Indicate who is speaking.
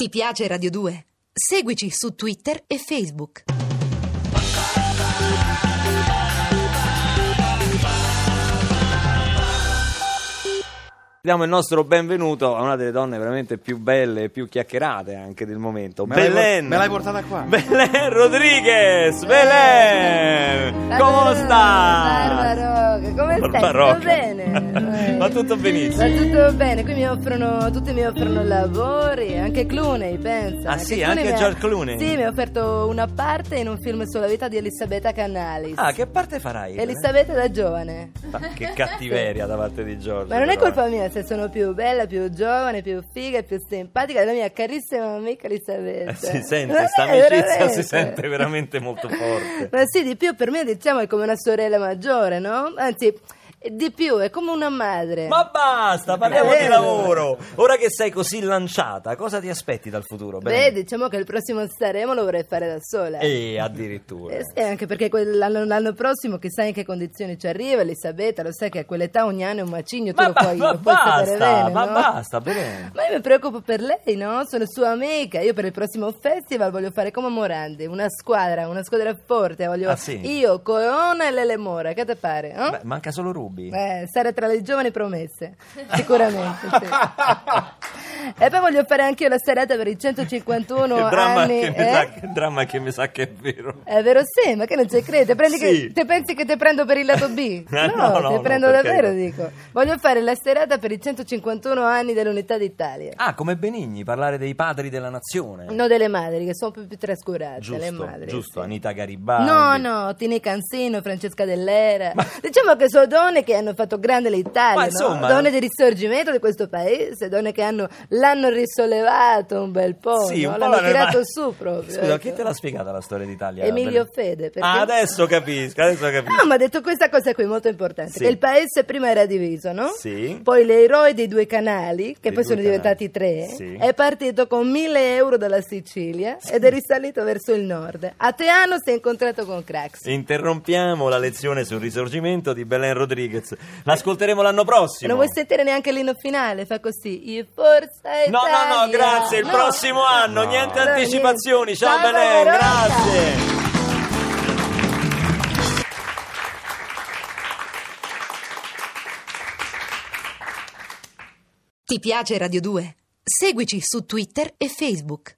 Speaker 1: Ti piace Radio 2? Seguici su Twitter e Facebook.
Speaker 2: Diamo il nostro benvenuto a una delle donne veramente più belle e più chiacchierate anche del momento.
Speaker 3: Me l'hai por-
Speaker 2: Belen!
Speaker 3: me l'hai portata qua.
Speaker 2: Belen Rodriguez! Belen! Come sta?
Speaker 4: Barbarocca, come stai?
Speaker 2: Barbarocca.
Speaker 4: Tutto bene?
Speaker 2: Va tutto benissimo.
Speaker 4: Va tutto bene, qui mi offrono, tutti mi offrono lavori, anche Clooney, pensa.
Speaker 2: Ah, sì,
Speaker 4: Clooney
Speaker 2: anche
Speaker 4: mi ha-
Speaker 2: George Clooney?
Speaker 4: Sì, mi ha offerto una parte in un film sulla vita di Elisabetta Canalis.
Speaker 2: Ah, che parte farai?
Speaker 4: Elisabetta da giovane.
Speaker 2: Ma Che cattiveria da parte di Giorgio.
Speaker 4: Ma non è
Speaker 2: però, eh.
Speaker 4: colpa mia se sono più bella, più giovane, più figa, e più simpatica della mia carissima amica Elisabetta.
Speaker 2: Eh, si sente,
Speaker 4: Non è,
Speaker 2: sta amicizia si
Speaker 4: veramente.
Speaker 2: sente veramente molto forte.
Speaker 4: Ma sì, di più per me diciamo è come una sorella maggiore, no? Anzi, di più, è come una madre.
Speaker 2: Ma basta, parliamo di
Speaker 4: Eh.
Speaker 2: lavoro. Ora che sei così lanciata, cosa ti aspetti dal futuro?
Speaker 4: Beh, diciamo che il prossimo Sanremo lo vorrei fare da sola.
Speaker 2: E addirittura.
Speaker 4: Eh, sì, anche perché quell'anno- l'anno prossimo chissà in che condizioni ci arriva Elisabetta, lo sai che a quell'età ogni anno è un macigno, tu
Speaker 2: Ma
Speaker 4: lo
Speaker 2: ba-
Speaker 4: puoi,
Speaker 2: ma
Speaker 4: lo puoi sapere
Speaker 2: basta,
Speaker 4: bene,
Speaker 2: ma
Speaker 4: no?
Speaker 2: basta, bene.
Speaker 4: Ma io mi preoccupo per lei, no? Sono sua amica, io per il prossimo festival voglio fare come Morandi, una squadra, una squadra forte, voglio
Speaker 2: Ah, sì?
Speaker 4: io, Corona e Lele Mora, che te pare? no?
Speaker 2: Beh, manca solo Ruby.
Speaker 4: Eh, stare tra le giovani promesse, sicuramente. sì. E poi voglio fare anche io la serata per i 151
Speaker 2: che, dramma
Speaker 4: anni.
Speaker 2: che mi
Speaker 4: eh?
Speaker 2: sa, che dramma che mi sa che è vero.
Speaker 4: È vero sì, ma che non ci crede? Prendi
Speaker 2: Sì.
Speaker 4: che- te pensi che ti prendo per il lato B?
Speaker 2: Eh,
Speaker 4: No,
Speaker 2: no, no,
Speaker 4: ti
Speaker 2: no,
Speaker 4: prendo
Speaker 2: per
Speaker 4: davvero,
Speaker 2: carità.
Speaker 4: dico. Voglio fare la serata per i 151 anni dell'Unità d'Italia.
Speaker 2: Ah, come Benigni, parlare dei padri della nazione.
Speaker 4: Eh. No delle madri, che sono più, più trascurate, le
Speaker 2: giusto,
Speaker 4: madri.
Speaker 2: giusto,
Speaker 4: sì.
Speaker 2: Anita Garibaldi.
Speaker 4: No, no, Tine Cansino, Francesca Dell'Era. Diciamo che sono donne che hanno fatto grande
Speaker 2: Ma
Speaker 4: l'Italia, no?
Speaker 2: insomma-
Speaker 4: donne di risorgimento di questo paese, donne che hanno, l'hanno risollevato un bel po',
Speaker 2: Sì,
Speaker 4: no?
Speaker 2: un po'
Speaker 4: l'hanno
Speaker 2: la-
Speaker 4: tirato
Speaker 2: ma-
Speaker 4: su proprio.
Speaker 2: Scusa,
Speaker 4: ecco.
Speaker 2: chi te l'ha spiegata la storia d'Italia?
Speaker 4: Emilio
Speaker 2: Belen?
Speaker 4: Fede, perché...
Speaker 2: Ah, adesso capisco, adesso capisco.
Speaker 4: No, Ah, ma ha detto questa cosa qui molto importante,
Speaker 2: Sì.
Speaker 4: che il paese prima era diviso, no?
Speaker 2: Sì.
Speaker 4: Poi l'eroe dei due canali, che
Speaker 2: Dei due
Speaker 4: poi sono
Speaker 2: canali.
Speaker 4: diventati tre,
Speaker 2: Sì.
Speaker 4: è partito con 1000 euro dalla Sicilia ed è risalito verso il nord. A Teano si è incontrato con Crax.
Speaker 2: Interrompiamo la lezione sul risorgimento di Belen Rodriguez. L'ascolteremo l'anno prossimo.
Speaker 4: Non vuoi sentire neanche l'inno finale? Fa così. "I Forza
Speaker 2: No, no, no,
Speaker 4: Italia".
Speaker 2: grazie. Il
Speaker 4: No.
Speaker 2: prossimo anno, niente
Speaker 4: Allora,
Speaker 2: anticipazioni.
Speaker 4: niente.
Speaker 2: Ciao
Speaker 4: Ciao,
Speaker 2: Belen,
Speaker 4: Barbarossa.
Speaker 2: grazie.
Speaker 1: Ti piace Radio 2? Seguici su Twitter e Facebook.